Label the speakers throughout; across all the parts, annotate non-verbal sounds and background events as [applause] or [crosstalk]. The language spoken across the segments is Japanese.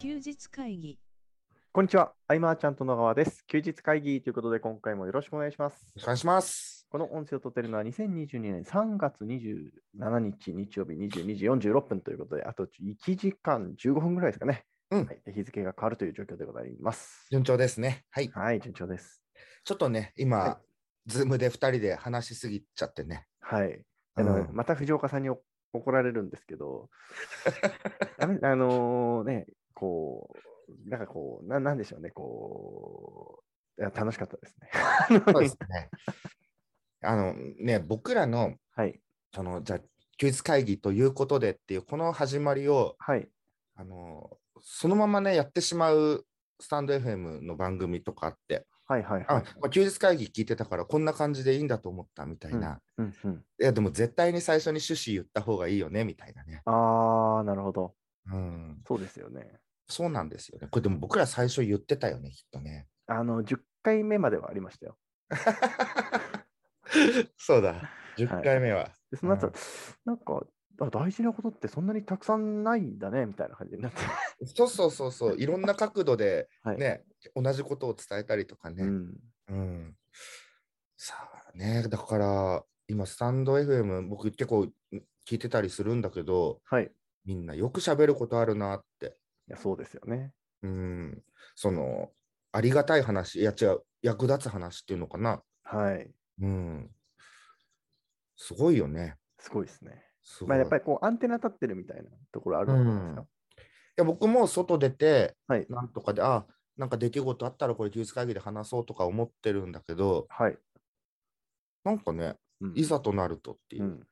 Speaker 1: 休日会議
Speaker 2: こんにちは、アイマーちゃんと野川です。休日会議ということで、今回もよろしくお願いします。
Speaker 3: お願いします。
Speaker 2: この音声をとっているのは2022年3月27日日曜日22時46分ということで、あと1時間15分ぐらいですかね。
Speaker 3: うん
Speaker 2: はい日付が変わるという状況でございます。
Speaker 3: 順調ですね。はい。
Speaker 2: はい、順調です。
Speaker 3: ちょっとね、今、
Speaker 2: は
Speaker 3: ズームで2人で話しすぎちゃって
Speaker 2: [laughs]
Speaker 3: ね。
Speaker 2: はい。
Speaker 3: う
Speaker 2: あの
Speaker 3: ん、
Speaker 2: また藤岡さんにお怒られるんですけ
Speaker 3: [laughs]
Speaker 2: ど、ダメあのね、こう、なんかこう、ななんでしょうね、こう、いや楽しかったですね。
Speaker 3: そうですね。あのね、僕らの、
Speaker 2: はい、
Speaker 3: その、じゃあ休日会議ということでっていう、この始まりを、
Speaker 2: はい、
Speaker 3: あの、そのままね、やってしまうスタンド FM の番組とかあって、
Speaker 2: はい、はい。は
Speaker 3: あ
Speaker 2: い、
Speaker 3: まあ休日会議聞いてたから、こんな感じでいいんだと思ったみたいな。
Speaker 2: うんうん、
Speaker 3: いや、でも絶対に最初に趣旨言った方がいいよね、みたいなね。
Speaker 2: ああ、なるほど。
Speaker 3: うん。
Speaker 2: そうですよね。
Speaker 3: そうなんですよね。これでも僕ら最初言ってたよね、きっとね。
Speaker 2: あの、10回目まではありましたよ。
Speaker 3: そうだ、10回目は。
Speaker 2: で、その後、
Speaker 3: うん
Speaker 2: なんか、あ大事なことってそんなにたくさんないんだね、みたいな感じになって。
Speaker 3: そうそうそうそう、いろんな角度で、
Speaker 2: はい
Speaker 3: ね、同じことを伝えたりとか
Speaker 2: う
Speaker 3: ね。
Speaker 2: ん。
Speaker 3: うんさあね、だから今、スタンド FM、僕結構聞いてたりするんだけど、
Speaker 2: はい。い
Speaker 3: みんなよく喋ることあるなって。
Speaker 2: や、そうですよね。
Speaker 3: うん、その、ありがたい話、いや違う、役立つ話っていうのかな。
Speaker 2: はい。
Speaker 3: うん。すごいよね。
Speaker 2: すごいですね。
Speaker 3: すごい
Speaker 2: まあ、やっぱりこう、アンテナ立ってるみたいなところあるじゃないですか。
Speaker 3: いや僕も外出て、
Speaker 2: はい
Speaker 3: なんとかで、あなんか出来事あったらこれ、休日会議で話そうとか思ってるんだけど、
Speaker 2: はい。
Speaker 3: なんかね、
Speaker 2: うん
Speaker 3: いざとなるとっていうう、
Speaker 2: ん。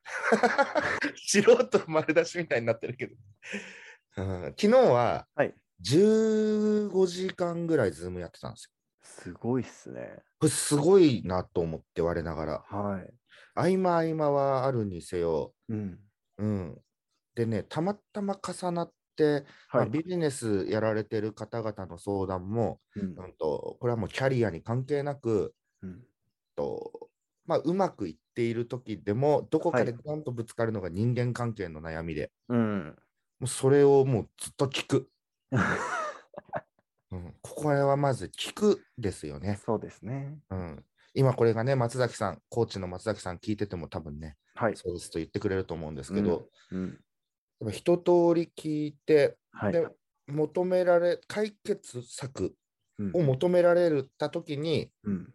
Speaker 3: [laughs] 素人丸出しみたいになってるけど、 [laughs] うん、昨日は
Speaker 2: はい
Speaker 3: 15時間ぐらい、ズームやってたんですよ。
Speaker 2: すごいっすね。
Speaker 3: これ、すごいなと思って、我ながら。
Speaker 2: はい。
Speaker 3: 合間合間はあるにせよ、
Speaker 2: うん。
Speaker 3: うん。でね、たまたま重なって、ま
Speaker 2: は
Speaker 3: あ
Speaker 2: い。
Speaker 3: ビジネスやられてる方々の相談も、
Speaker 2: うん
Speaker 3: うんと、これはもうキャリアに関係なく、
Speaker 2: うん
Speaker 3: とまあ、うまくいっている時でも、どこかで
Speaker 2: は
Speaker 3: ガンとぶつかるのが人間関係の悩みで、
Speaker 2: うん。
Speaker 3: もうそれをもうずっと聞く。うん、ここはまず聞くですよね。
Speaker 2: [laughs] そうですね。
Speaker 3: うん、今これがね、松崎さん、コーチの松崎さん聞いてても多分ね、
Speaker 2: はい。
Speaker 3: そうですと言ってくれると思うんですけど、
Speaker 2: うん。
Speaker 3: やっぱ一通り聞いて、
Speaker 2: はい。
Speaker 3: で求められ、解決策
Speaker 2: うん
Speaker 3: を求められた時に、
Speaker 2: うん。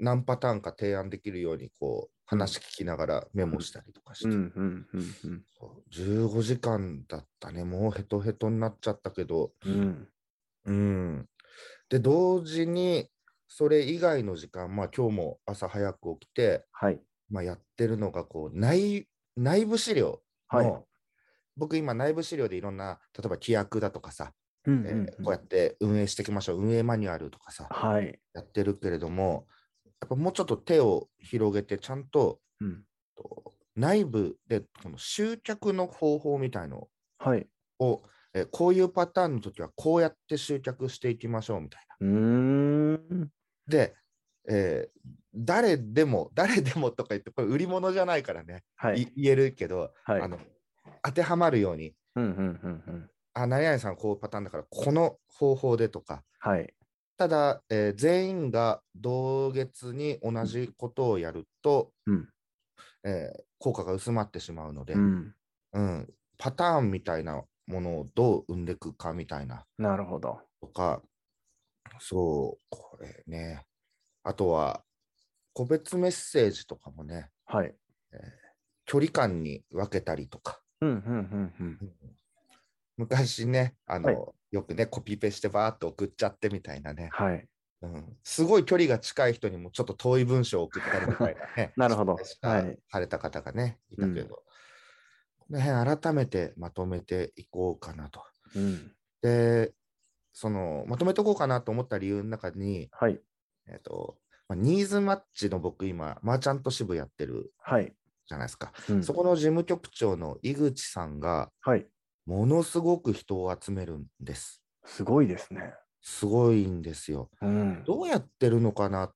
Speaker 3: 何パターンか提案できるようにこう話聞きながらメモしたりとかして、
Speaker 2: うん。うん。うん。うん
Speaker 3: そう15時間だったねもうヘトヘトになっちゃったけど
Speaker 2: うん。
Speaker 3: うんで同時にそれ以外の時間まあ今日も朝早く起きて、
Speaker 2: はい。
Speaker 3: まあ、やってるのがこう内内部資料の、
Speaker 2: はい。
Speaker 3: 僕今内部資料でいろんな例えば規約だとかさ、
Speaker 2: うん
Speaker 3: えーこうやって運営していきましょう運営マニュアルとかさ
Speaker 2: はい。
Speaker 3: やってるけれどもやっぱもうちょっと手を広げてちゃんと
Speaker 2: うん。
Speaker 3: と内部でこの集客の方法みたいの
Speaker 2: はい。
Speaker 3: を、えーこういうパターンの時はこうやって集客していきましょうみたいう
Speaker 2: ーん。
Speaker 3: な。で、えー誰でも [laughs] 誰でもとか言ってこれ売り物じゃないからね、
Speaker 2: はい。
Speaker 3: い言えるけど、
Speaker 2: はい。
Speaker 3: あの当てはまるように
Speaker 2: うんうんうんうん。
Speaker 3: あ何々さんこういうパターンだからこの方法でとか
Speaker 2: はい。
Speaker 3: ただ、えー全員が同月に同じことをやると、
Speaker 2: うん
Speaker 3: えー効果が薄まってしまうので。
Speaker 2: うん。
Speaker 3: うん、パターンみたいなものをどう生んでいくかみたいな
Speaker 2: なるほど。
Speaker 3: とか、そう、これね。あとは、個別メッセージとかもね、
Speaker 2: はい。
Speaker 3: 距離感に分けたりとか。
Speaker 2: うんうんうんうん。
Speaker 3: 昔ね、あの、
Speaker 2: はい
Speaker 3: よくね、コピペしてバーっと送っちゃってみたいなね、
Speaker 2: はい。。
Speaker 3: うん。すごい距離が近い人にもちょっと遠い文章を送ったりみたいなね
Speaker 2: [laughs] なるほど
Speaker 3: 失
Speaker 2: は
Speaker 3: 敗
Speaker 2: い
Speaker 3: された方がね、いたけど、
Speaker 2: うん
Speaker 3: この辺改めてまとめていこうかなと。
Speaker 2: うん。
Speaker 3: で、その、まとめとこうかなと思った理由の中に、
Speaker 2: はい。
Speaker 3: えっ、と、まあ、ニーズマッチの僕今、マーチャント支部やってる
Speaker 2: はい。
Speaker 3: じゃないですか。
Speaker 2: うん
Speaker 3: そこの事務局長の井口さんが、
Speaker 2: はい。
Speaker 3: ものすごく人を集めるんです。
Speaker 2: すごいですね。
Speaker 3: すごいんですよ。
Speaker 2: うん。
Speaker 3: どうやってるのかなっ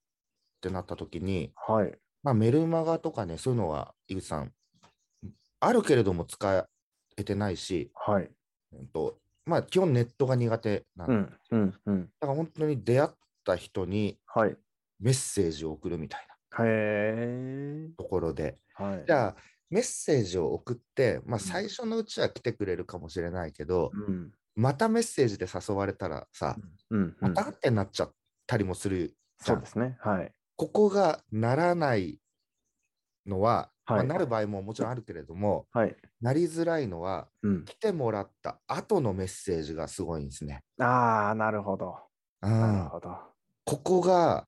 Speaker 3: てなった時に、
Speaker 2: はい。
Speaker 3: まあ、メルマガとかね、そういうのは井口さん、あるけれども使えてないし、
Speaker 2: はい。
Speaker 3: うんとまあ基本ネットが苦手なん
Speaker 2: う
Speaker 3: で、
Speaker 2: ん、うん、うん。
Speaker 3: だから本当に出会った人に
Speaker 2: はい。へ
Speaker 3: メッセージを送るみたいな
Speaker 2: え。
Speaker 3: ところで、
Speaker 2: はい。
Speaker 3: じゃあメッセージを送って、まあ
Speaker 2: ん
Speaker 3: 最初のうちは来てくれるかもしれないけど、
Speaker 2: うん、
Speaker 3: またメッセージで誘われたらさ、
Speaker 2: うん、う
Speaker 3: ま
Speaker 2: ん。
Speaker 3: たってなっちゃったりもするじゃ
Speaker 2: そ
Speaker 3: ん
Speaker 2: うですね。はい。
Speaker 3: ここがならないのは、まあ
Speaker 2: はい
Speaker 3: なる場合ももちろんあるけれども、
Speaker 2: はい。
Speaker 3: なりづらいのは、
Speaker 2: うん。
Speaker 3: 来てもらった後のメッセージがすごいんですね。
Speaker 2: ああ、なるほど。
Speaker 3: う
Speaker 2: なる
Speaker 3: ん、
Speaker 2: ほど。
Speaker 3: ここが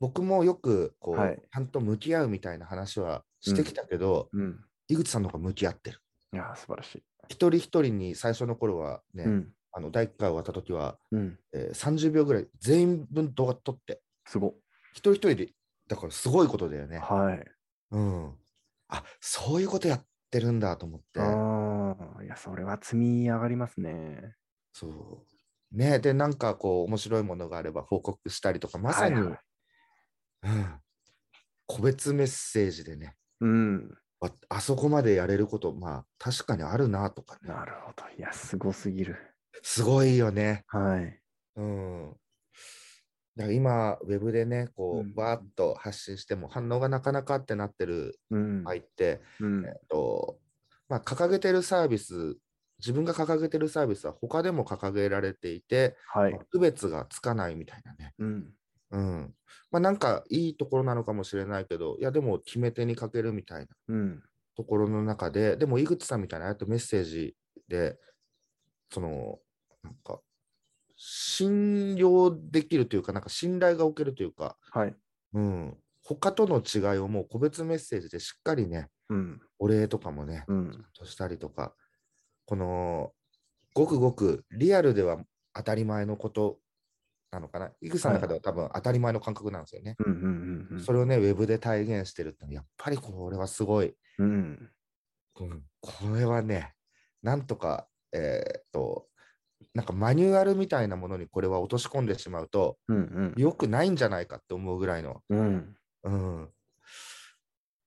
Speaker 3: 僕もよくこう、
Speaker 2: はい
Speaker 3: ちゃんと向き合うみたいな話はしてきたけど、
Speaker 2: うん。
Speaker 3: 井口さんの方が向き合ってる。
Speaker 2: いやー、素晴らしい。
Speaker 3: 一人一人に最初の頃はね、
Speaker 2: うん。
Speaker 3: あの第1回終わった時は、
Speaker 2: うん。
Speaker 3: えー30秒ぐらい全員分動画撮って、
Speaker 2: すご。
Speaker 3: 一人一人で、だからすごいことだよね。
Speaker 2: はい。
Speaker 3: うん。あそういうことやってるんだと思って。
Speaker 2: ああ、いや、それは積み上がりますね。
Speaker 3: そう。ねで、なんかこう、面白いものがあれば報告したりとか、まさに、
Speaker 2: はいはい
Speaker 3: うん、個別メッセージでね、
Speaker 2: うん。
Speaker 3: ああそこまでやれること、まあ、確かにあるなとかね、
Speaker 2: なるほど。いや、すごすぎる。
Speaker 3: すごいよね。
Speaker 2: はい。
Speaker 3: うん。だから今、ウェブでね、こ
Speaker 2: うん
Speaker 3: う、バーッと発信しても、反応がなかなかってなってる
Speaker 2: うん。
Speaker 3: 場合っ。て、
Speaker 2: うん
Speaker 3: え。っと、まあ、掲げてるサービス、自分が掲げてるサービスは他でも掲げられていて、
Speaker 2: はい。
Speaker 3: 区別がつかないみたいなね。
Speaker 2: うん。
Speaker 3: うん。まあなんかいいところなのかもしれないけど、いやでも決め手にかけるみたいな
Speaker 2: うん。
Speaker 3: ところの中で、でも井口さんみたいなああやってメッセージで、その、なんか、信用できるというか、なんか信頼がおけるというか、
Speaker 2: はい。
Speaker 3: うん。他との違いをもう個別メッセージでしっかりね、
Speaker 2: うん。
Speaker 3: お礼とかもね、
Speaker 2: うん。
Speaker 3: としたりとか、この、ごくごくリアルでは当たり前のことなのかな。井口さんの中では多分当たり前の感覚なんですよね。
Speaker 2: うん。うん。うん。
Speaker 3: それをね、ウェブで体現してるってのはやっぱりこれはすごい。
Speaker 2: うん。
Speaker 3: うんこれはね、なんとか、えーっと、なんかマニュアルみたいなものにこれは落とし込んでしまうと、
Speaker 2: うん。
Speaker 3: 良くないんじゃないかって思うぐらいの。
Speaker 2: うん。
Speaker 3: うん、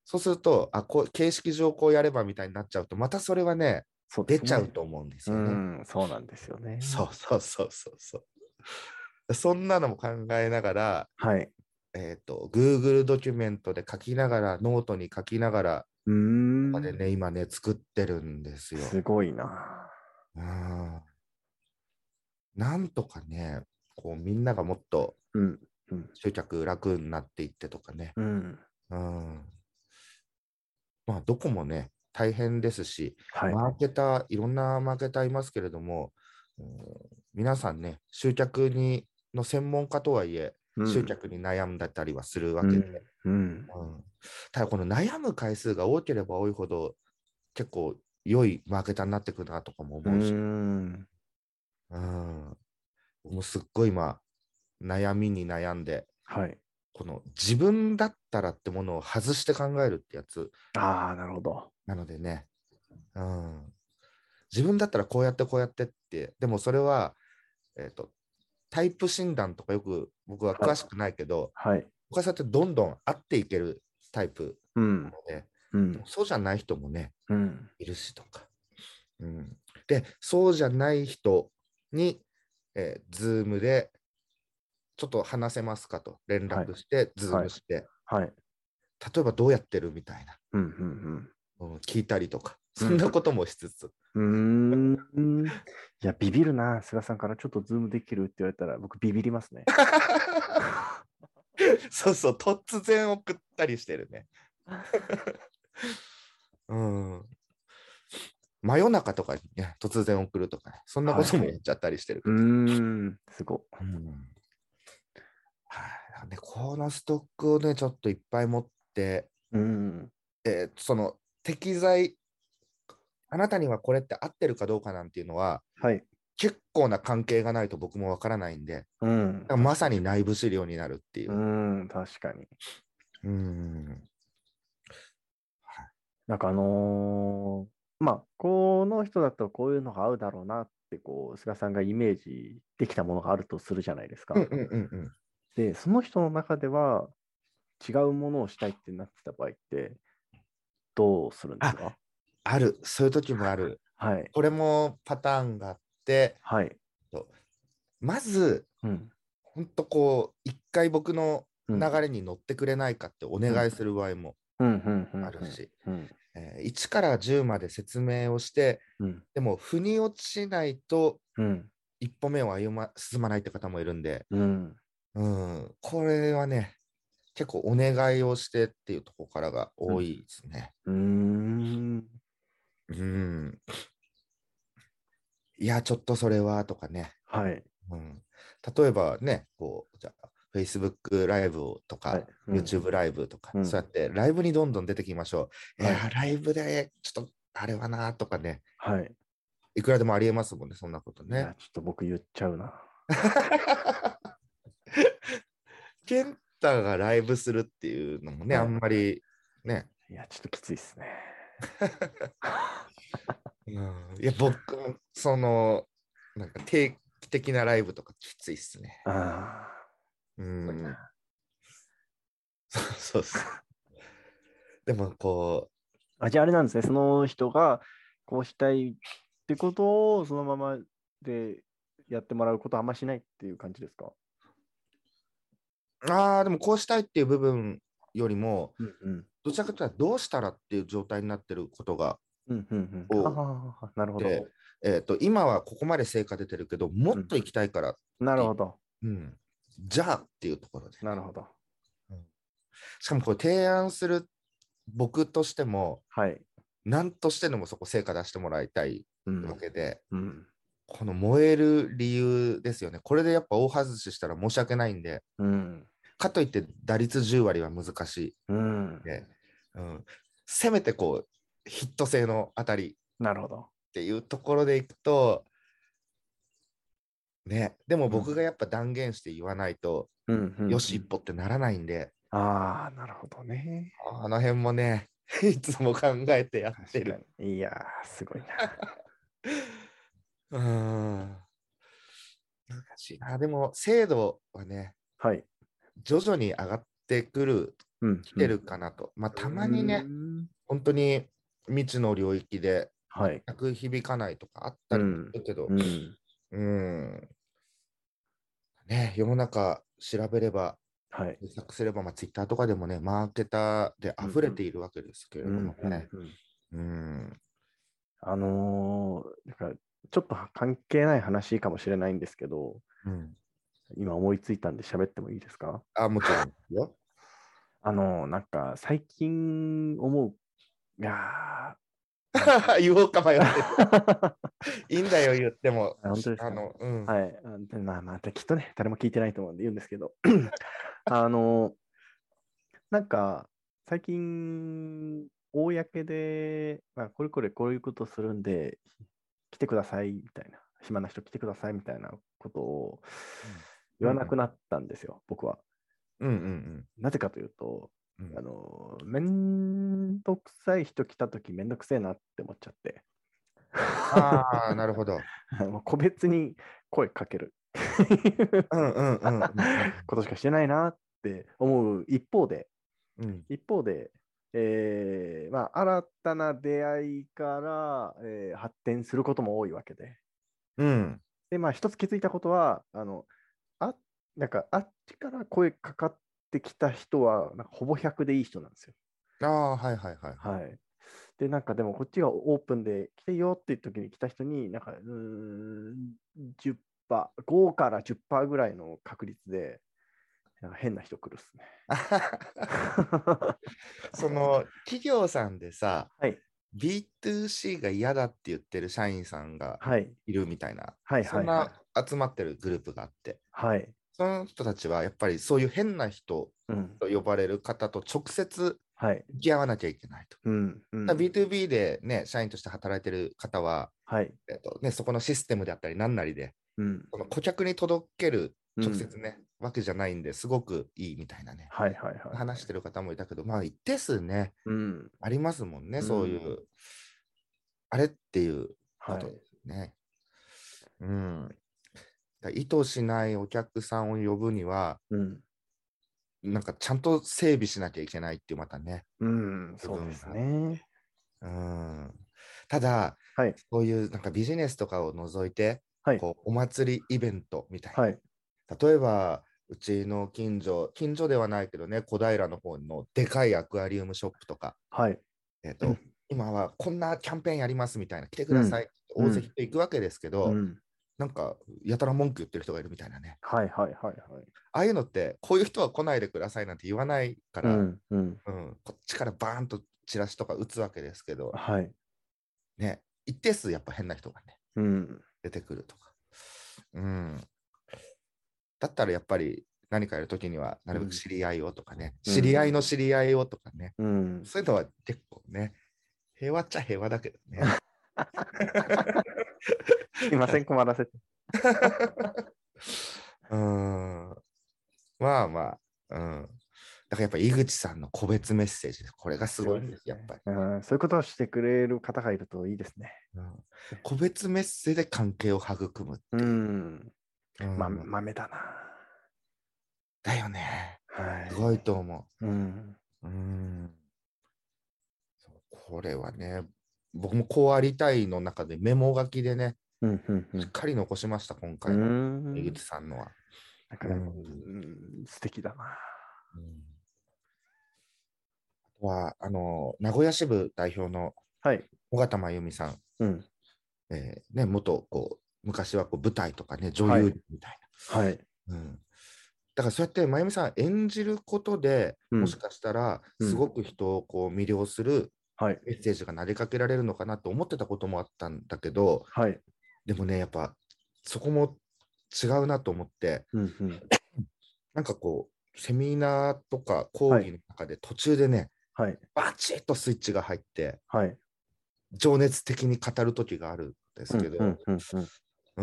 Speaker 3: そうするとあこう、形式上こうやればみたいになっちゃうと、またそれはね、
Speaker 2: そうで
Speaker 3: 出
Speaker 2: すね
Speaker 3: ちゃうと思うんです
Speaker 2: う
Speaker 3: よね。
Speaker 2: ん。そうなんですよね。
Speaker 3: そうそうそうそうそう。そんなのも考えながら、
Speaker 2: はい。
Speaker 3: えーっと、Google ドキュメントで書きながら、ノートに書きながら、
Speaker 2: うーん
Speaker 3: ま。でね、今ね、作ってるんですよ。
Speaker 2: すごいな。
Speaker 3: うんなんとかね、こうみんながもっと
Speaker 2: うん。
Speaker 3: 集客楽になっていってとかね。
Speaker 2: うん。
Speaker 3: うん、まあ、どこもね、大変ですし、
Speaker 2: はい。
Speaker 3: マーケター、いろんなマーケターいますけれども、うん皆さんね、集客にの専門家とはいえ、
Speaker 2: うん
Speaker 3: 集客に悩んだったりはするわけで、
Speaker 2: うん。
Speaker 3: うんただこの悩む回数が多ければ多いほど結構良いマーケターになってくるなとかも
Speaker 2: う
Speaker 3: 思うし、
Speaker 2: ん。
Speaker 3: うんもうすっごい今悩みに悩んで
Speaker 2: はい。
Speaker 3: この自分だったらってものを外して考えるってやつ
Speaker 2: ああ、なるほど。
Speaker 3: なのでね、うん、自分だったらこうやってこうやってってでもそれは、えー、とタイプ診断とかよく僕は詳しくないけど
Speaker 2: はい。
Speaker 3: 僕はそうやってどんどん合っていけるタイプ
Speaker 2: うん
Speaker 3: な。ので、
Speaker 2: うん。
Speaker 3: そうじゃない人もね
Speaker 2: うん。
Speaker 3: いるしとか。うん、で、そうじゃない人に、えー、ズームでちょっと話せますかと連絡して、ズームして、
Speaker 2: はい。
Speaker 3: 例えばどうやってるみたいな、
Speaker 2: うん。うん。
Speaker 3: うん、聞いたりとか、
Speaker 2: うん
Speaker 3: そんなこともしつつ、
Speaker 2: うん。うーん。いや、ビビるな。菅さんからちょっとズームできるって言われたら、僕ビビりますね。
Speaker 3: [laughs] そうそう、突然送ったりしてるね。
Speaker 2: [laughs]
Speaker 3: うん真夜中とかにね、突然送るとかね、そんなこともやっちゃったりしてる
Speaker 2: うーん。すご。
Speaker 3: うんはい、でこのストックをねちょっといっぱい持って、
Speaker 2: うん。
Speaker 3: えーその適材あなたにはこれって合ってるかどうかなんていうのは
Speaker 2: はい。
Speaker 3: 結構な関係がないと僕もわからないんで
Speaker 2: うん
Speaker 3: だから。まさに内部資料になるっていうう。
Speaker 2: ん。確かに。
Speaker 3: うん
Speaker 2: なんかあのーまあ、この人だとこういうのが合うだろうなって、こう、菅さんがイメージできたものがあるとするじゃないですか。
Speaker 3: うんうんうんうん
Speaker 2: で、その人の中では違うものをしたいってなってた場合って、どうするんですか
Speaker 3: あるそういう時もある
Speaker 2: はい。
Speaker 3: これもパターンがあっって、
Speaker 2: はい。
Speaker 3: まず、
Speaker 2: うん。
Speaker 3: 本当こう、一回僕の
Speaker 2: うん
Speaker 3: 流れに乗ってくれないかってお願いする場合も
Speaker 2: うんうんうんうん。
Speaker 3: あるし、
Speaker 2: うん。
Speaker 3: えー1から10まで説明をして、
Speaker 2: うん。
Speaker 3: でも、腑に落ちないと、
Speaker 2: うん。
Speaker 3: 一歩目を歩ま進まないって方もいるんで、
Speaker 2: うん。
Speaker 3: うん、これはね、結構お願いをしてっていうところからが多いですね。
Speaker 2: うーん。
Speaker 3: うん。いや、ちょっとそれはとかね。
Speaker 2: はい。
Speaker 3: うん、例えばね、こう、じゃあ Facebook ライブをとか、
Speaker 2: はい。うん
Speaker 3: YouTube ライブとか、
Speaker 2: うん
Speaker 3: そうやってライブにどんどん出てきましょう。
Speaker 2: はい
Speaker 3: いや、ライブでちょっとあれはなとかね、
Speaker 2: はい。
Speaker 3: いくらでもありえますもんね、そんなこと
Speaker 2: いや
Speaker 3: ね。
Speaker 2: ちょっと僕言っちゃうな。
Speaker 3: 健太がライブするっていうのもね、
Speaker 2: はい
Speaker 3: あんまりね、
Speaker 2: いや、ちょっときついっすね。
Speaker 3: うんいや、僕も、その、なんか定期的なライブとかきついっすね。
Speaker 2: あ
Speaker 3: う
Speaker 2: あ。
Speaker 3: ん。そう [laughs] そうそう。でも、こ
Speaker 2: あじゃああれなんですね、その人がこうしたいってことをそのままでやってもらうことはあんましないっていう感じですか
Speaker 3: う、ああ、でもこうしたいっていう部分よりも、
Speaker 2: うんうん。
Speaker 3: どちらかというとどうしたらっていう状態になってることが、
Speaker 2: うんうんう
Speaker 3: お
Speaker 2: ん。ああ、なるほど。
Speaker 3: でえっ、と、今はここまで成果出てるけど、もっと行きたいから、
Speaker 2: なるほど。
Speaker 3: うん、じゃあっていうところで。
Speaker 2: なるほど。
Speaker 3: しかも、これ提案する僕としても、
Speaker 2: はい。
Speaker 3: 何としてでもそこ成果出してもらいたい
Speaker 2: うん。
Speaker 3: わけで、
Speaker 2: うん。
Speaker 3: この燃える理由ですよね。これでやっぱ大外ししたら申し訳ないんで、
Speaker 2: うん。
Speaker 3: かといって打率10割は難し
Speaker 2: うん
Speaker 3: いん。で、うん、せめてこう、ヒット性の当たりっ
Speaker 2: なるほど。
Speaker 3: ていうところでいくと、ね、でも
Speaker 2: う
Speaker 3: 僕
Speaker 2: ん
Speaker 3: がやっぱ断言して言わないと、
Speaker 2: うん、うん。
Speaker 3: よし、一。歩ってならないんで、
Speaker 2: ああ、なるほどね。
Speaker 3: あの辺もね、 [laughs] いつも考えてやって
Speaker 2: 確か
Speaker 3: る。
Speaker 2: に。いやー、すごいな。
Speaker 3: うーん。難しいな。でも、精度はね、
Speaker 2: はい。
Speaker 3: 徐々に上がってくる
Speaker 2: うん。
Speaker 3: 来てるかなと。まあ、
Speaker 2: うん。
Speaker 3: たまにね、
Speaker 2: うん。
Speaker 3: 本当に未知の領域で
Speaker 2: はい。
Speaker 3: 全く響かないとかあったり
Speaker 2: うん
Speaker 3: もするけど、う。
Speaker 2: うんん。
Speaker 3: ね、世の中調べれば、
Speaker 2: はい。
Speaker 3: 検索すれば、まあ、Twitter とかでもね、マーケターで溢れているわけですけれ
Speaker 2: う
Speaker 3: ども
Speaker 2: ん。うん
Speaker 3: ね。
Speaker 2: うん
Speaker 3: うん。
Speaker 2: あのー、だからちょっと関係ない話かもしれないんですけど、
Speaker 3: うん。
Speaker 2: 今思いついたんで喋ってもいいですか
Speaker 3: あ、もちろんで
Speaker 2: [laughs]
Speaker 3: すよ。
Speaker 2: あのー、なんか最近思う、いや
Speaker 3: 言おうか迷って
Speaker 2: ー
Speaker 3: る。いいんだよ、言っても。
Speaker 2: あ本当ですか
Speaker 3: あの、うん。
Speaker 2: はい。あでまあまあ、きっとね、誰も聞いてないと思うんで言うんですけど、 [clears throat] あのー、なんか最近、公で、まあ、これこれこういうことするんで、来てくださいみたいな、暇な人来てくださいみたいなことを言わなくなったんですよ、僕は。
Speaker 3: うんうん
Speaker 2: なぜかというと、
Speaker 3: うん [laughs]
Speaker 2: あ。の、めんどくさい人来たときめんどくせえなって思っちゃって、
Speaker 3: ああー、なるほど。
Speaker 2: もう個別に声かける [laughs]
Speaker 3: うんうんうん
Speaker 2: ことしかしてないなって思う一方で、
Speaker 3: [laughs] うん。うん
Speaker 2: 一方で、えーまあ、新たな出会いから、えー発展することも多いわけで。
Speaker 3: うん。
Speaker 2: で、まあ、一つ気づいたことは、あの、あ、なんか、あっちから声かかってきた人は、なんかほぼ100でいい人なんですよ。
Speaker 3: ああ、はいはいは
Speaker 2: [laughs]
Speaker 3: い。
Speaker 2: はい。で、なんかでもこっちがオープンで来てよっていう時に来た人に、なんか、うーん、10%、5から10%ぐらいの確率で、なんか変な人来るっすね。
Speaker 3: [laughs] その企業さんでさ、
Speaker 2: はい。
Speaker 3: B2C が嫌だって言ってる社員さんが
Speaker 2: はい。
Speaker 3: いるみたいな、
Speaker 2: はい
Speaker 3: そ
Speaker 2: は
Speaker 3: ん
Speaker 2: いは。
Speaker 3: ない集まってるグループがあって、
Speaker 2: はい。
Speaker 3: その人たちはやっぱりそういう変な人
Speaker 2: うん。
Speaker 3: と呼ばれる方と直接
Speaker 2: はい。
Speaker 3: 向き合わなきゃいけないと。
Speaker 2: うん。うん
Speaker 3: だから B2B でね、社員として働いてる方は、
Speaker 2: はい。
Speaker 3: えっとね、そこのシステムであったり何なりで、
Speaker 2: うん。
Speaker 3: その顧客に届ける直
Speaker 2: うん
Speaker 3: 接ね、わけじゃないんですごくいいみたいなね、
Speaker 2: はいはいはい。
Speaker 3: 話してる方もいたけど、まあ一定数ね、
Speaker 2: うん。
Speaker 3: ありますもんね、
Speaker 2: うん
Speaker 3: そういう、あれっていうこ
Speaker 2: は
Speaker 3: と
Speaker 2: い。
Speaker 3: ですね。うん。だ意図しないお客さんを呼ぶには、
Speaker 2: うん。
Speaker 3: なんかちゃんと整備しなきゃいけないっていう、またね。
Speaker 2: うん。そうですね。
Speaker 3: うん。ただ、
Speaker 2: はい
Speaker 3: そういうなんかビジネスとかを除いて、
Speaker 2: はい
Speaker 3: こうお祭りイベントみたいな、
Speaker 2: はい。
Speaker 3: 例えばうちの近所近所ではないけどね小平の方のでかいアクアリウムショップとか、
Speaker 2: はい。
Speaker 3: えっ
Speaker 2: う
Speaker 3: と
Speaker 2: ん
Speaker 3: 今はこんなキャンペーンやりますみたいな来てください、
Speaker 2: うん
Speaker 3: 大関と行くわけですけど、
Speaker 2: うん。
Speaker 3: なんかやたら文句言ってる人がいるみたいなね
Speaker 2: はいはいはいはい。
Speaker 3: ああいうのってこういう人は来ないでくださいなんて言わないか
Speaker 2: う
Speaker 3: ら、
Speaker 2: ん。うん。
Speaker 3: うんこっちからバーンとチラシとか打つわけですけど、
Speaker 2: はい。
Speaker 3: ね、一定数やっぱ変な人がね、
Speaker 2: うん。
Speaker 3: 出てくるとか。うん。だったらやっぱり何かやるときには、なるべ
Speaker 2: うん
Speaker 3: く知り合いをとかね、
Speaker 2: うん
Speaker 3: 知り合いの知り合いをとかね、
Speaker 2: うん。
Speaker 3: そういうのは結構ね、平和っちゃ平和だけどね。
Speaker 2: [laughs] すいません、困らせて。
Speaker 3: うん。まあまあ、うん。だからやっぱ井口さんの個別メッセージ、これがすごいんです、やっぱり。
Speaker 2: うん。そういうことをしてくれる方がいるといいですね。
Speaker 3: うん個別メッセージで関係を育む。
Speaker 2: うん。
Speaker 3: うん
Speaker 2: ま、豆だな。
Speaker 3: だよね。
Speaker 2: はい
Speaker 3: す。ごいと思
Speaker 2: うん。
Speaker 3: う。うん。そうこれはね、僕もこうありたいの中でメモ書きでね、
Speaker 2: うん。うん。う
Speaker 3: しっ
Speaker 2: ん
Speaker 3: かり残しました、今
Speaker 2: う
Speaker 3: 回の
Speaker 2: ん。
Speaker 3: 江口さんのは。
Speaker 2: なんかでも、
Speaker 3: う
Speaker 2: うんん、素敵だな。
Speaker 3: うんあとは、あの、名古屋支部代表の
Speaker 2: はい。
Speaker 3: 尾形真由美さん、
Speaker 2: うん。
Speaker 3: えーね、元こう、昔はこう舞台とかね、女
Speaker 2: はい
Speaker 3: 優みたい
Speaker 2: はい。
Speaker 3: な。うんだからそうやって真由美さん演じることで、
Speaker 2: うん
Speaker 3: もしかしたら
Speaker 2: うん
Speaker 3: すごく人をこう魅了する
Speaker 2: はい。
Speaker 3: メッセージが投げかけられるのかなと思ってたこともあったんだけど、
Speaker 2: はい。
Speaker 3: でもね、やっぱそこも違うなと思って、
Speaker 2: うん。うん。
Speaker 3: なんかこう、セミナーとか講義の中で途中でね、
Speaker 2: はい。
Speaker 3: バチッとスイッチが入って、
Speaker 2: はい。
Speaker 3: 情熱的に語る時があるんですけど、う
Speaker 2: うん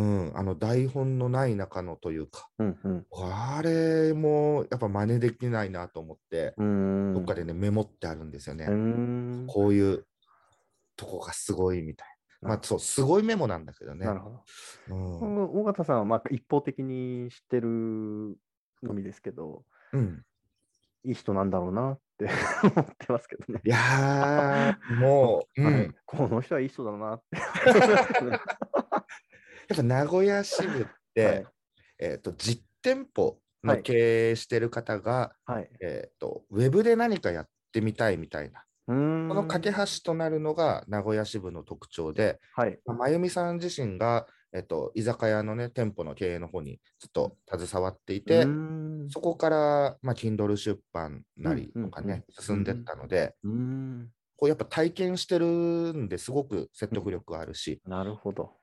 Speaker 2: ん。うん。
Speaker 3: あの台本のない中のというか、
Speaker 2: うん。うん。
Speaker 3: あれもやっぱ真似できないなと思って、
Speaker 2: うん。
Speaker 3: どっかでね、メモってあるんですよね。
Speaker 2: うん。
Speaker 3: こういうとこがすごいみたいな。まあそう、すごいメモなんだけどね。
Speaker 2: なるほど。
Speaker 3: うん
Speaker 2: 今後、尾形さんはまあ一方的に知ってるのみですけど、
Speaker 3: うん、
Speaker 2: いい人なんだろうなって思ってますけどね。
Speaker 3: いや
Speaker 2: [laughs]
Speaker 3: ー、もう、うん
Speaker 2: は
Speaker 3: や
Speaker 2: いこの人はいい人だな
Speaker 3: [laughs]
Speaker 2: って。
Speaker 3: っぱ名古屋支部っ
Speaker 2: [laughs]
Speaker 3: て、
Speaker 2: はい
Speaker 3: えっと実店舗の
Speaker 2: はい
Speaker 3: 経営してる方が、
Speaker 2: はい。
Speaker 3: えっとウェブで何かやってみたいみたいな、
Speaker 2: うーん。
Speaker 3: この架け橋となるのが名古屋支部の特徴で、
Speaker 2: はい。
Speaker 3: まあ真由美さん自身が、えっと居酒屋の、ね、店舗の経営の方にずっと携わっていて、
Speaker 2: うーん
Speaker 3: そこから、まあ、Kindle 出版なりとか
Speaker 2: うんうん
Speaker 3: ね、進んでったので、
Speaker 2: うーん。
Speaker 3: こうやっぱ体験してるんですごく説得力あるし、
Speaker 2: なるほど。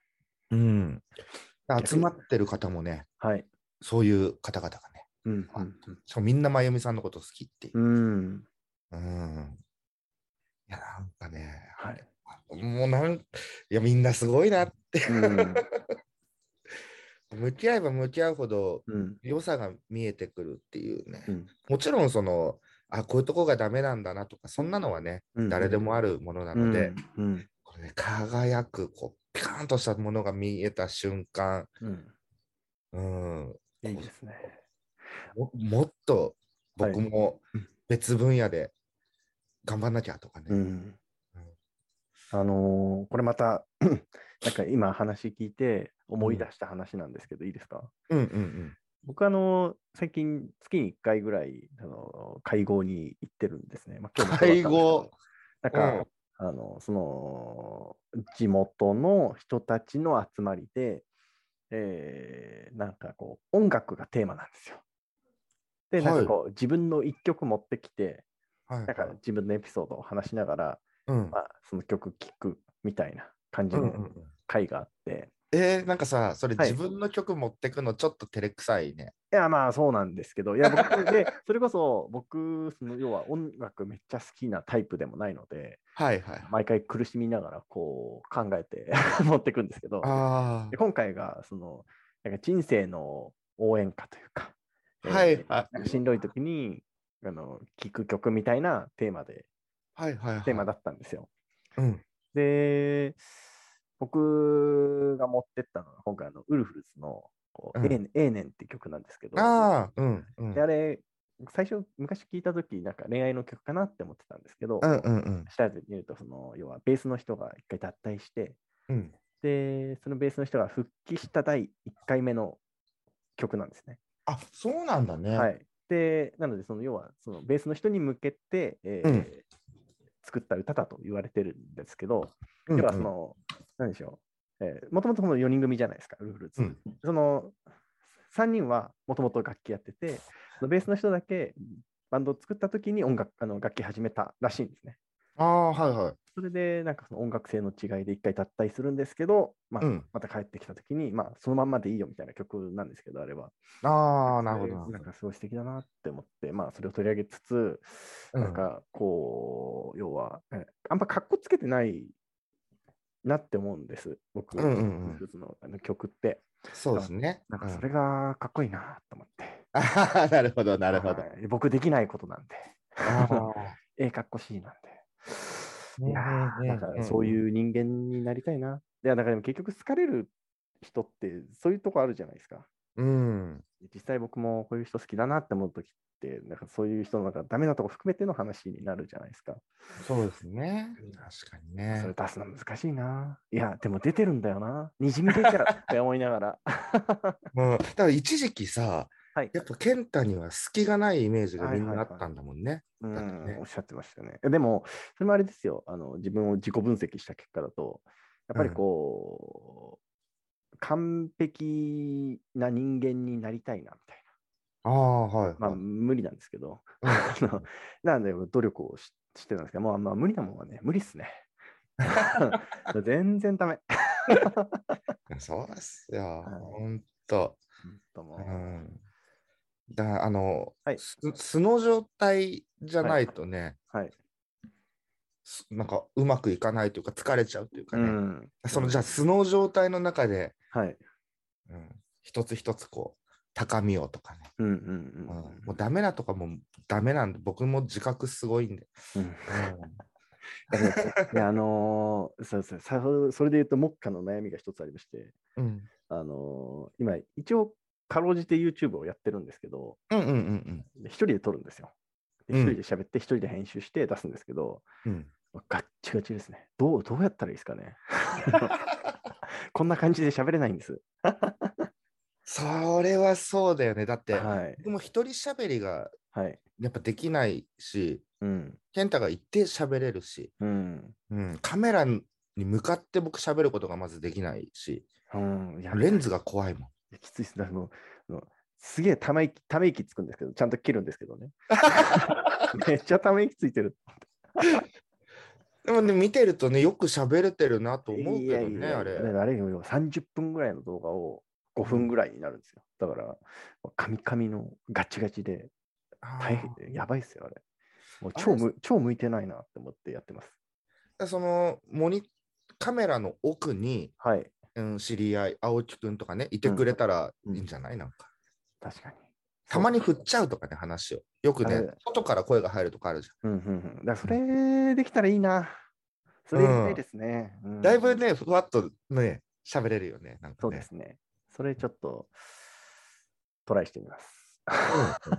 Speaker 3: うん、
Speaker 2: 逆に
Speaker 3: 集まってる方もね、
Speaker 2: はい。
Speaker 3: そういう方々がね、
Speaker 2: うん。
Speaker 3: しかもみんな真由美さんのこと好きっていうう。
Speaker 2: ん。
Speaker 3: うん、いや、なんかね、
Speaker 2: はい。
Speaker 3: もうなん、いや、みんなすごいな、
Speaker 2: うん。
Speaker 3: 向き合えば向き合うほど
Speaker 2: うん。
Speaker 3: 良さが見えてくるっていうね、
Speaker 2: うん
Speaker 3: もちろんその、あ、こういうとこがダメなんだなとか、そんなのはね、
Speaker 2: うん
Speaker 3: 誰でもあるものなので、、
Speaker 2: うん
Speaker 3: これね、輝く、こう、ピカーンとしたものが見えた瞬間、
Speaker 2: うん
Speaker 3: うん、
Speaker 2: うん、いいですね。
Speaker 3: ももっと
Speaker 2: はい
Speaker 3: 僕も
Speaker 2: うん
Speaker 3: 別分野で頑張んなきゃとかね。
Speaker 2: うん、あのーこれまた [clears throat] なんか今話聞いて思い出した話なんですけど、いいですか
Speaker 3: うんうん
Speaker 2: 僕あの最近月に1回ぐらいあの会合に行ってるんですね。まあ、今日もそうだったんですけどなんか、あのその地元の人たちの集まりで、えーなんかこう音楽がテーマなんですよ。でなんかこう、自分の1曲持ってきて
Speaker 3: うん。はい
Speaker 2: なんか自分のエピソードを話しながら、
Speaker 3: うん
Speaker 2: まあ、その曲聴くみたいな感じ
Speaker 3: うん
Speaker 2: の
Speaker 3: うんうん
Speaker 2: 会があって、
Speaker 3: えー、なんかさ、それ
Speaker 2: はい
Speaker 3: 自分の曲持ってくのちょっと照れくさいね。
Speaker 2: いやまあそうなんですけどいや
Speaker 3: [laughs]
Speaker 2: 僕でそれこそ僕その要は音楽めっちゃ好きなタイプでもないので
Speaker 3: はいはい。
Speaker 2: 毎回苦しみながらこう考えて [laughs] 持ってくんですけど
Speaker 3: あ
Speaker 2: で今回がそのなんか人生の応援歌というか,え
Speaker 3: あ。
Speaker 2: ー、
Speaker 3: はいは
Speaker 2: なん
Speaker 3: い
Speaker 2: か。しんどい時にあの聴く曲みたいなテーマで
Speaker 3: はいはいはい。
Speaker 2: テーマだったんですよ。
Speaker 3: うん。
Speaker 2: で、僕が持ってったのが今回あのウルフルズのこう、
Speaker 3: うん
Speaker 2: ええねええねんって曲なんですけど、
Speaker 3: ああ。うんうん。
Speaker 2: であれ、最初昔聞いた時なんか恋愛の曲かなって思ってたんですけど、
Speaker 3: うんうんうん
Speaker 2: 調べてみると、その要はベースの人が一回脱退して、
Speaker 3: うん。
Speaker 2: で、そのベースの人が復帰した第1回目の曲なんですね。
Speaker 3: あそうなんだね。
Speaker 2: はい、で、なので、その要はそのベースの人に向けて、えー
Speaker 3: うん
Speaker 2: 作った歌だと言われてるんですけど、
Speaker 3: うん
Speaker 2: 要はその、何でしょう、えー、もともとこの4人組じゃないですか、ルーフルーツ。
Speaker 3: うん
Speaker 2: その3人はもともと楽器やってて、そのベースの人だけバンドを作った時に音楽あの楽器始めたらしいんですね。
Speaker 3: ああ、はいはい。
Speaker 2: それで、なんかその音楽性の違いで一回脱退するんですけど、まあ
Speaker 3: うん
Speaker 2: また帰ってきた時に、まあ、そのまんまでいいよみたいな曲なんですけど、あれは。
Speaker 3: ああ、なるほど
Speaker 2: それな
Speaker 3: な
Speaker 2: ん。かすごい素敵だなって思って、まあ、それを取り上げつつ、
Speaker 3: うん
Speaker 2: なんかこう、要は、えあんま格好つけてないなって思うんです、僕、
Speaker 3: うんうんうん
Speaker 2: ルーツのあの曲って。
Speaker 3: そうですね。
Speaker 2: なんか
Speaker 3: うん
Speaker 2: それがかっこいいなと思って。
Speaker 3: あははなるほど、なるほど。
Speaker 2: はい僕できないことなんで、
Speaker 3: あ
Speaker 2: ええかっこしいなんで。いや
Speaker 3: うん
Speaker 2: ー、
Speaker 3: うんう
Speaker 2: なんんかそういう人間になりたいな。いや、だからでも結局好かれる人ってそういうとこあるじゃないですか。
Speaker 3: ーうん。
Speaker 2: 実際僕もこういう人好きだなって思う時って、なんかそういう人のなんかダメなとこ含めての話になるじゃないですか。
Speaker 3: そうですね。確かに
Speaker 2: それ
Speaker 3: ね。
Speaker 2: 出すの難しいな。いや、でも出てるんだよな。にじみ出ちゃうって思いなが
Speaker 3: [laughs]
Speaker 2: ら。
Speaker 3: うん。だから一時期さ、
Speaker 2: はい。
Speaker 3: やっぱ健太には隙がないイメージがみん
Speaker 2: はいは
Speaker 3: なあ
Speaker 2: いはい
Speaker 3: ったんだもんね。
Speaker 2: う
Speaker 3: だってね
Speaker 2: ん、おっしゃってましたね。でも、それもあれですよあの、自分を自己分析した結果だと、やっぱり
Speaker 3: うん
Speaker 2: こう、完璧な人間になりたいなみたい
Speaker 3: ああ、はい。
Speaker 2: な、まあ、無理なんですけど、あのなので努力をししてたんですけど、まあ、まあ、無理なもんはね、無理っす
Speaker 3: [laughs]
Speaker 2: ね。 [laughs] 全然ダメ。 [laughs]
Speaker 3: うんそうですよ。
Speaker 2: はい
Speaker 3: ほんと。
Speaker 2: 本当も
Speaker 3: う。
Speaker 2: うん
Speaker 3: だからあの、
Speaker 2: はい
Speaker 3: す素の状態じゃないとね、
Speaker 2: はい。
Speaker 3: すなんかうまくいかないというか、疲れちゃうというか
Speaker 2: う
Speaker 3: ね。
Speaker 2: ん、
Speaker 3: そのじゃあ素の状態の中で、
Speaker 2: はい。
Speaker 3: うん、一つ一つこう高みをとかね、
Speaker 2: うんうん
Speaker 3: うん
Speaker 2: うんうん。
Speaker 3: もうダメなとかもダメなんで僕も自覚すごいんで、
Speaker 2: うん
Speaker 3: う
Speaker 2: だからねあのーそうそうさそれで言うと、目下の悩みが一つありまして、
Speaker 3: ん、うん
Speaker 2: あのー今、一応、かろうじて YouTube をやってるんですけど、
Speaker 3: うんうんうん
Speaker 2: で一人で撮るんですよ。で
Speaker 3: うん
Speaker 2: 一人で喋って、一人で編集して出すんですけど、
Speaker 3: うん
Speaker 2: ガッチガチですね。どう、どうやったらいいですかね。 [laughs]
Speaker 3: [laughs]
Speaker 2: こんな感じで喋れないんです。
Speaker 3: それはそうだよねだって、
Speaker 2: はい。
Speaker 3: 僕も一人喋りが
Speaker 2: はい。
Speaker 3: やっぱできないし
Speaker 2: うん。
Speaker 3: 健太がいて喋れるし、
Speaker 2: うん。
Speaker 3: うん、カメラに向かって僕喋ることがまずできないし
Speaker 2: うん、いや
Speaker 3: レンズが怖いもん
Speaker 2: きついです。だからもうあのすげえため息、ため息つくんですけど、ちゃんと切るんですけどね。めっちゃため息ついてる。
Speaker 3: でもね見てるとねよく喋れてるなと思うけどね
Speaker 2: いやいや
Speaker 3: あれ
Speaker 2: だからあれよ、30分ぐらいの動画を5分ぐらいになるんですよ。だから、カミカミのガチガチで、
Speaker 3: あー
Speaker 2: 大変、やばいっすよ、あれ。もう超む超向いてないなって思ってやってます。
Speaker 3: でそのモニカメラの奥に、
Speaker 2: はい、
Speaker 3: うん、知り合い青木くんとかねいてくれたら
Speaker 2: うん
Speaker 3: いいんじゃない、なんか
Speaker 2: 確かに。
Speaker 3: たまに振っちゃうとかね話をよく
Speaker 2: あ
Speaker 3: ね
Speaker 2: れ
Speaker 3: 外から声が入るとかあるじゃ
Speaker 2: うんうんうん。だからそれできたらいいな。それやりたいですね。うん
Speaker 3: ん、だいぶねふわっとね喋れるよねなん
Speaker 2: そ
Speaker 3: か
Speaker 2: うで
Speaker 3: ね
Speaker 2: すね。それちょっとトライしてみます。
Speaker 3: うん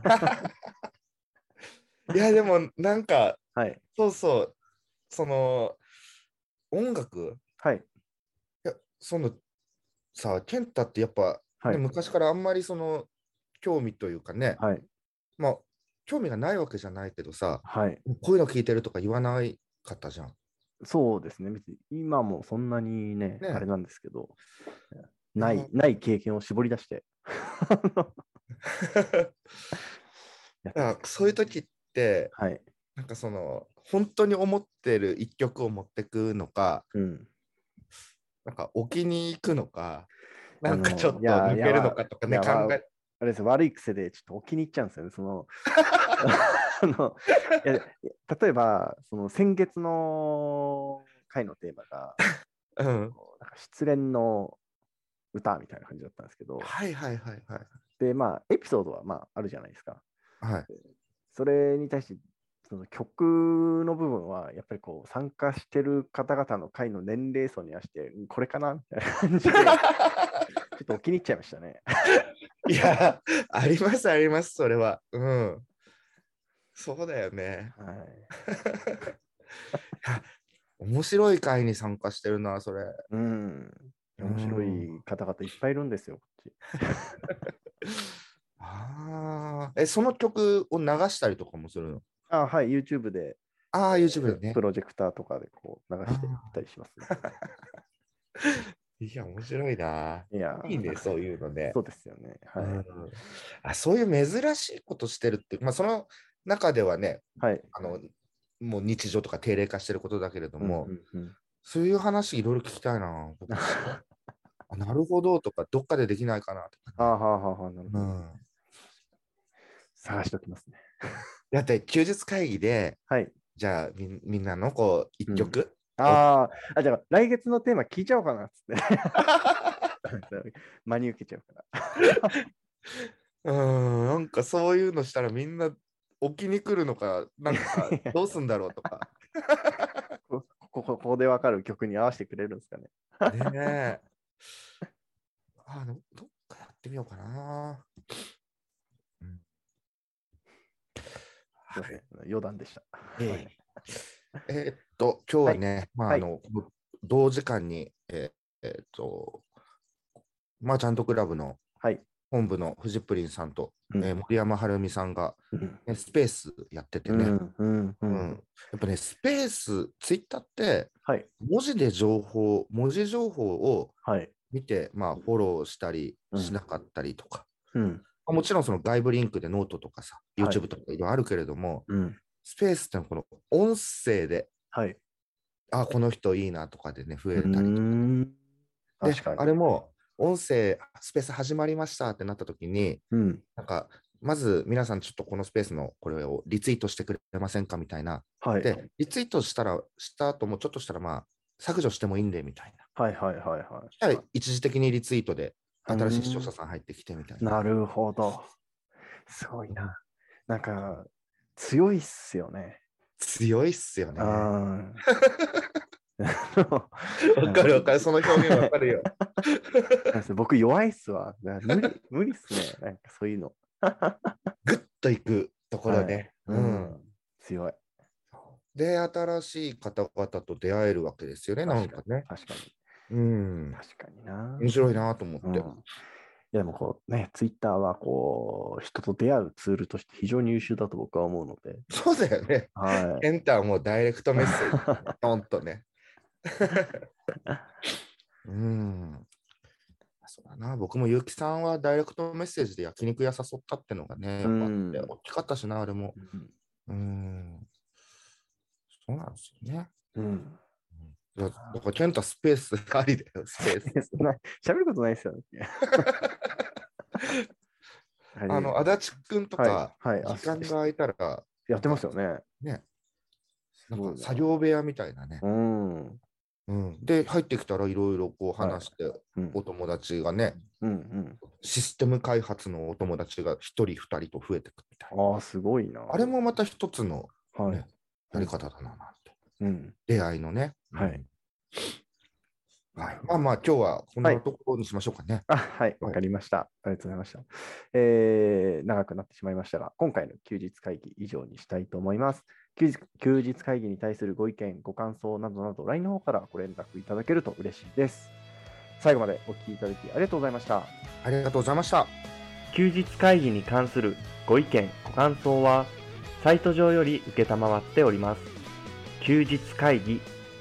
Speaker 3: いやでもなんか
Speaker 2: はい。
Speaker 3: そうそうその音楽
Speaker 2: はい。
Speaker 3: いやそのさ健太ってやっぱ、ね
Speaker 2: はい。
Speaker 3: 昔からあんまりその興味というかね、
Speaker 2: はい。
Speaker 3: まあ興味がないわけじゃないけどさ、
Speaker 2: はい。
Speaker 3: こういうの聞いてるとか言わないかったじゃん。
Speaker 2: そうですね。別に今もそんなにね、
Speaker 3: ね
Speaker 2: あれなんですけど、な
Speaker 3: う
Speaker 2: い
Speaker 3: ん、
Speaker 2: ない経験を絞り出して。 [laughs] やってます
Speaker 3: あそういう時って、
Speaker 2: はい。
Speaker 3: なんかその、本当に思ってる一曲を持ってくのか、
Speaker 2: うん。
Speaker 3: なんか置きに行くのか、
Speaker 2: あ
Speaker 3: な
Speaker 2: の
Speaker 3: んかちょっと
Speaker 2: いや
Speaker 3: 抜けるのかとかね、
Speaker 2: い
Speaker 3: 考
Speaker 2: や
Speaker 3: え、
Speaker 2: あれです悪い癖でちょっと置きに行っちゃうんですよね。そ
Speaker 3: [laughs]
Speaker 2: のあのいや例えば、その先月の回のテーマが、
Speaker 3: うん。
Speaker 2: なんか失恋の歌みたいな感じだったんですけど、
Speaker 3: はいはいはいはい。
Speaker 2: で、まあ、エピソードはまああるじゃないですか。
Speaker 3: はい、
Speaker 2: それに対して、その曲の部分は、やっぱりこう、参加してる方々の会の年齢層に合わせて、うんこれかなみ [laughs] たいな感じで、ちょっとお気に入っちゃいましたね。
Speaker 3: いや、ありますあります、それは。うん。そうだよね。
Speaker 2: はい、
Speaker 3: 面白い会に参加してるな、それ。
Speaker 2: うん。や面白い方々いっぱいいるんですよ、こっち。
Speaker 3: ああ。え、その曲を流したりとかもするの
Speaker 2: あはい、YouTube で、
Speaker 3: ああ、YouTube でね
Speaker 2: プ。ロジェクターとかでこう流していったりしますね、
Speaker 3: いや、面白いな。
Speaker 2: いや、
Speaker 3: いいね、そういうのね
Speaker 2: [laughs] そ。うですよね。はい。
Speaker 3: うんあそういう珍しいことしてるっていう、まあ、その中ではね
Speaker 2: はい。
Speaker 3: あの、もう日常とか定例化してることだけれども、
Speaker 2: うんうんうん
Speaker 3: そういう話いろいろ聞きたいな。
Speaker 2: [laughs]
Speaker 3: 僕あなるほどとか、どっかでできないかなと
Speaker 2: あー
Speaker 3: か。
Speaker 2: はーはーはーなるほ
Speaker 3: う
Speaker 2: ど。
Speaker 3: ん、
Speaker 2: 探しておきますね。
Speaker 3: だって休日会議で、
Speaker 2: はい。
Speaker 3: じゃあみんみんなのこう一曲、
Speaker 2: あーあ、じゃあ来月のテーマ聞いちゃおうかなっつって。 [laughs] 真に受けちゃうから。
Speaker 3: うん、なんかそういうのしたらみんな置きに来るのか、なんかどうすんだろうとか。
Speaker 2: こここここでわかる曲に合わせてくれるんですかね。
Speaker 3: ねえ。あの、どっかやってみようかな。うん
Speaker 2: すいません余談でした。
Speaker 3: えええーっと、今日はね、まあ、
Speaker 2: は
Speaker 3: あ
Speaker 2: い
Speaker 3: の、同時間に、えーえーっと、マーチャントクラブの
Speaker 2: はい。
Speaker 3: 本部のフジプリンさんと、
Speaker 2: うん
Speaker 3: えー森山晴美さんが、
Speaker 2: うん
Speaker 3: ね、スペースやってて
Speaker 2: う
Speaker 3: ね、
Speaker 2: んうんう
Speaker 3: うん
Speaker 2: ん。
Speaker 3: やっぱね、スペース、ツイッターって、
Speaker 2: はい
Speaker 3: 文字で情報、文字情報を
Speaker 2: はい。
Speaker 3: 見て、まあ、フォローしたり
Speaker 2: うん
Speaker 3: しなかったりとか、
Speaker 2: うん
Speaker 3: まあもちろんその外部リンクでノートとかさ、
Speaker 2: はい
Speaker 3: YouTube とかいろいろあるけれども、
Speaker 2: うん。
Speaker 3: スペースってのはこの音声で、
Speaker 2: はい。
Speaker 3: あ、この人いいなとかでね、増
Speaker 2: う
Speaker 3: えたりとか。
Speaker 2: ん。
Speaker 3: で
Speaker 2: 確かに。
Speaker 3: あれも、音声、あスペース始まりましたってなった時に、
Speaker 2: うん。
Speaker 3: なんか、まず皆さんちょっとこのスペースのこれをリツイートしてくれませんかみたいな。
Speaker 2: はい。
Speaker 3: で、リツイートしたら、した後もちょっとしたらまあ、削除してもいいんでみたいな。
Speaker 2: はいはいはいは
Speaker 3: そしたら一時的にリツイートで、
Speaker 2: うん
Speaker 3: 新しい視聴者さん入ってきてみたい
Speaker 2: い。
Speaker 3: な。
Speaker 2: なるほど。すごいな。なんか、強いっすよね。
Speaker 3: 強いっすよね。わ
Speaker 2: あ
Speaker 3: [laughs]
Speaker 2: [laughs]
Speaker 3: かるわかる、その表現わかるよ。
Speaker 2: あ。僕弱いっすわ。な無
Speaker 3: [laughs]
Speaker 2: 理無理っすね。なんかそういうの。
Speaker 3: ぐっといくところね。
Speaker 2: はい
Speaker 3: うん。
Speaker 2: 強い。
Speaker 3: で、新しい方々と出会えるわけですよね、なんかね。
Speaker 2: 確かに。
Speaker 3: うん。
Speaker 2: 確かにな。
Speaker 3: 面白いなと思って。
Speaker 2: うんいやでもこうね、ツイッターはこう、人と出会うツールとして非常に優秀だと僕は思うので、
Speaker 3: そうだよ
Speaker 2: [laughs]
Speaker 3: ね。
Speaker 2: はい。
Speaker 3: エンターもうダイレク [laughs] トメッセージ。ほん
Speaker 2: [laughs]
Speaker 3: とね。うん。そうだな。僕も結城さんはダイレクトメッセージで焼肉屋誘ったってのがね、やっぱ
Speaker 2: う
Speaker 3: あって
Speaker 2: ん
Speaker 3: 大きかったしな、あれも。うん。そうなんですよね。
Speaker 2: うん。
Speaker 3: だだから、ケンタスペースありだよ、ス
Speaker 2: [laughs]
Speaker 3: ペース。
Speaker 2: そんな喋ることないですよね。
Speaker 3: [laughs] あの、足立くんとか、
Speaker 2: はい、はい、あ
Speaker 3: 時間が空いたら、
Speaker 2: やってますよね。
Speaker 3: ね、
Speaker 2: す
Speaker 3: な
Speaker 2: ごい
Speaker 3: ん
Speaker 2: な
Speaker 3: か作業部屋みたいなね
Speaker 2: う。ん。うん
Speaker 3: うん、で、入ってきたらいろいろこう話して、
Speaker 2: うん
Speaker 3: お友達がね、
Speaker 2: うん。
Speaker 3: システム開発のお友達が1人、2人と増えてくみたいな。
Speaker 2: ああ、すごいな。
Speaker 3: あれもまた一つの
Speaker 2: は
Speaker 3: ね
Speaker 2: い。
Speaker 3: やり方だな、なんて。
Speaker 2: うん。
Speaker 3: 出会いのね。
Speaker 2: はい
Speaker 3: うん。はい、まあまあ、今日はこん
Speaker 2: は
Speaker 3: ないところにしましょうかね。
Speaker 2: あはい、わかりました。ありがとうございました。えー長くなってしまいましたが、今回の休日会議以上にしたいと思います。休日休日会議に対するご意見、ご感想などなど、LINE の方からご連絡いただけると嬉しいです。最後までお聞きいただきありがとうございました。
Speaker 3: ありがとうございました。
Speaker 2: 休日会議に関するご意見ご感想はサイト上より承っております休日会議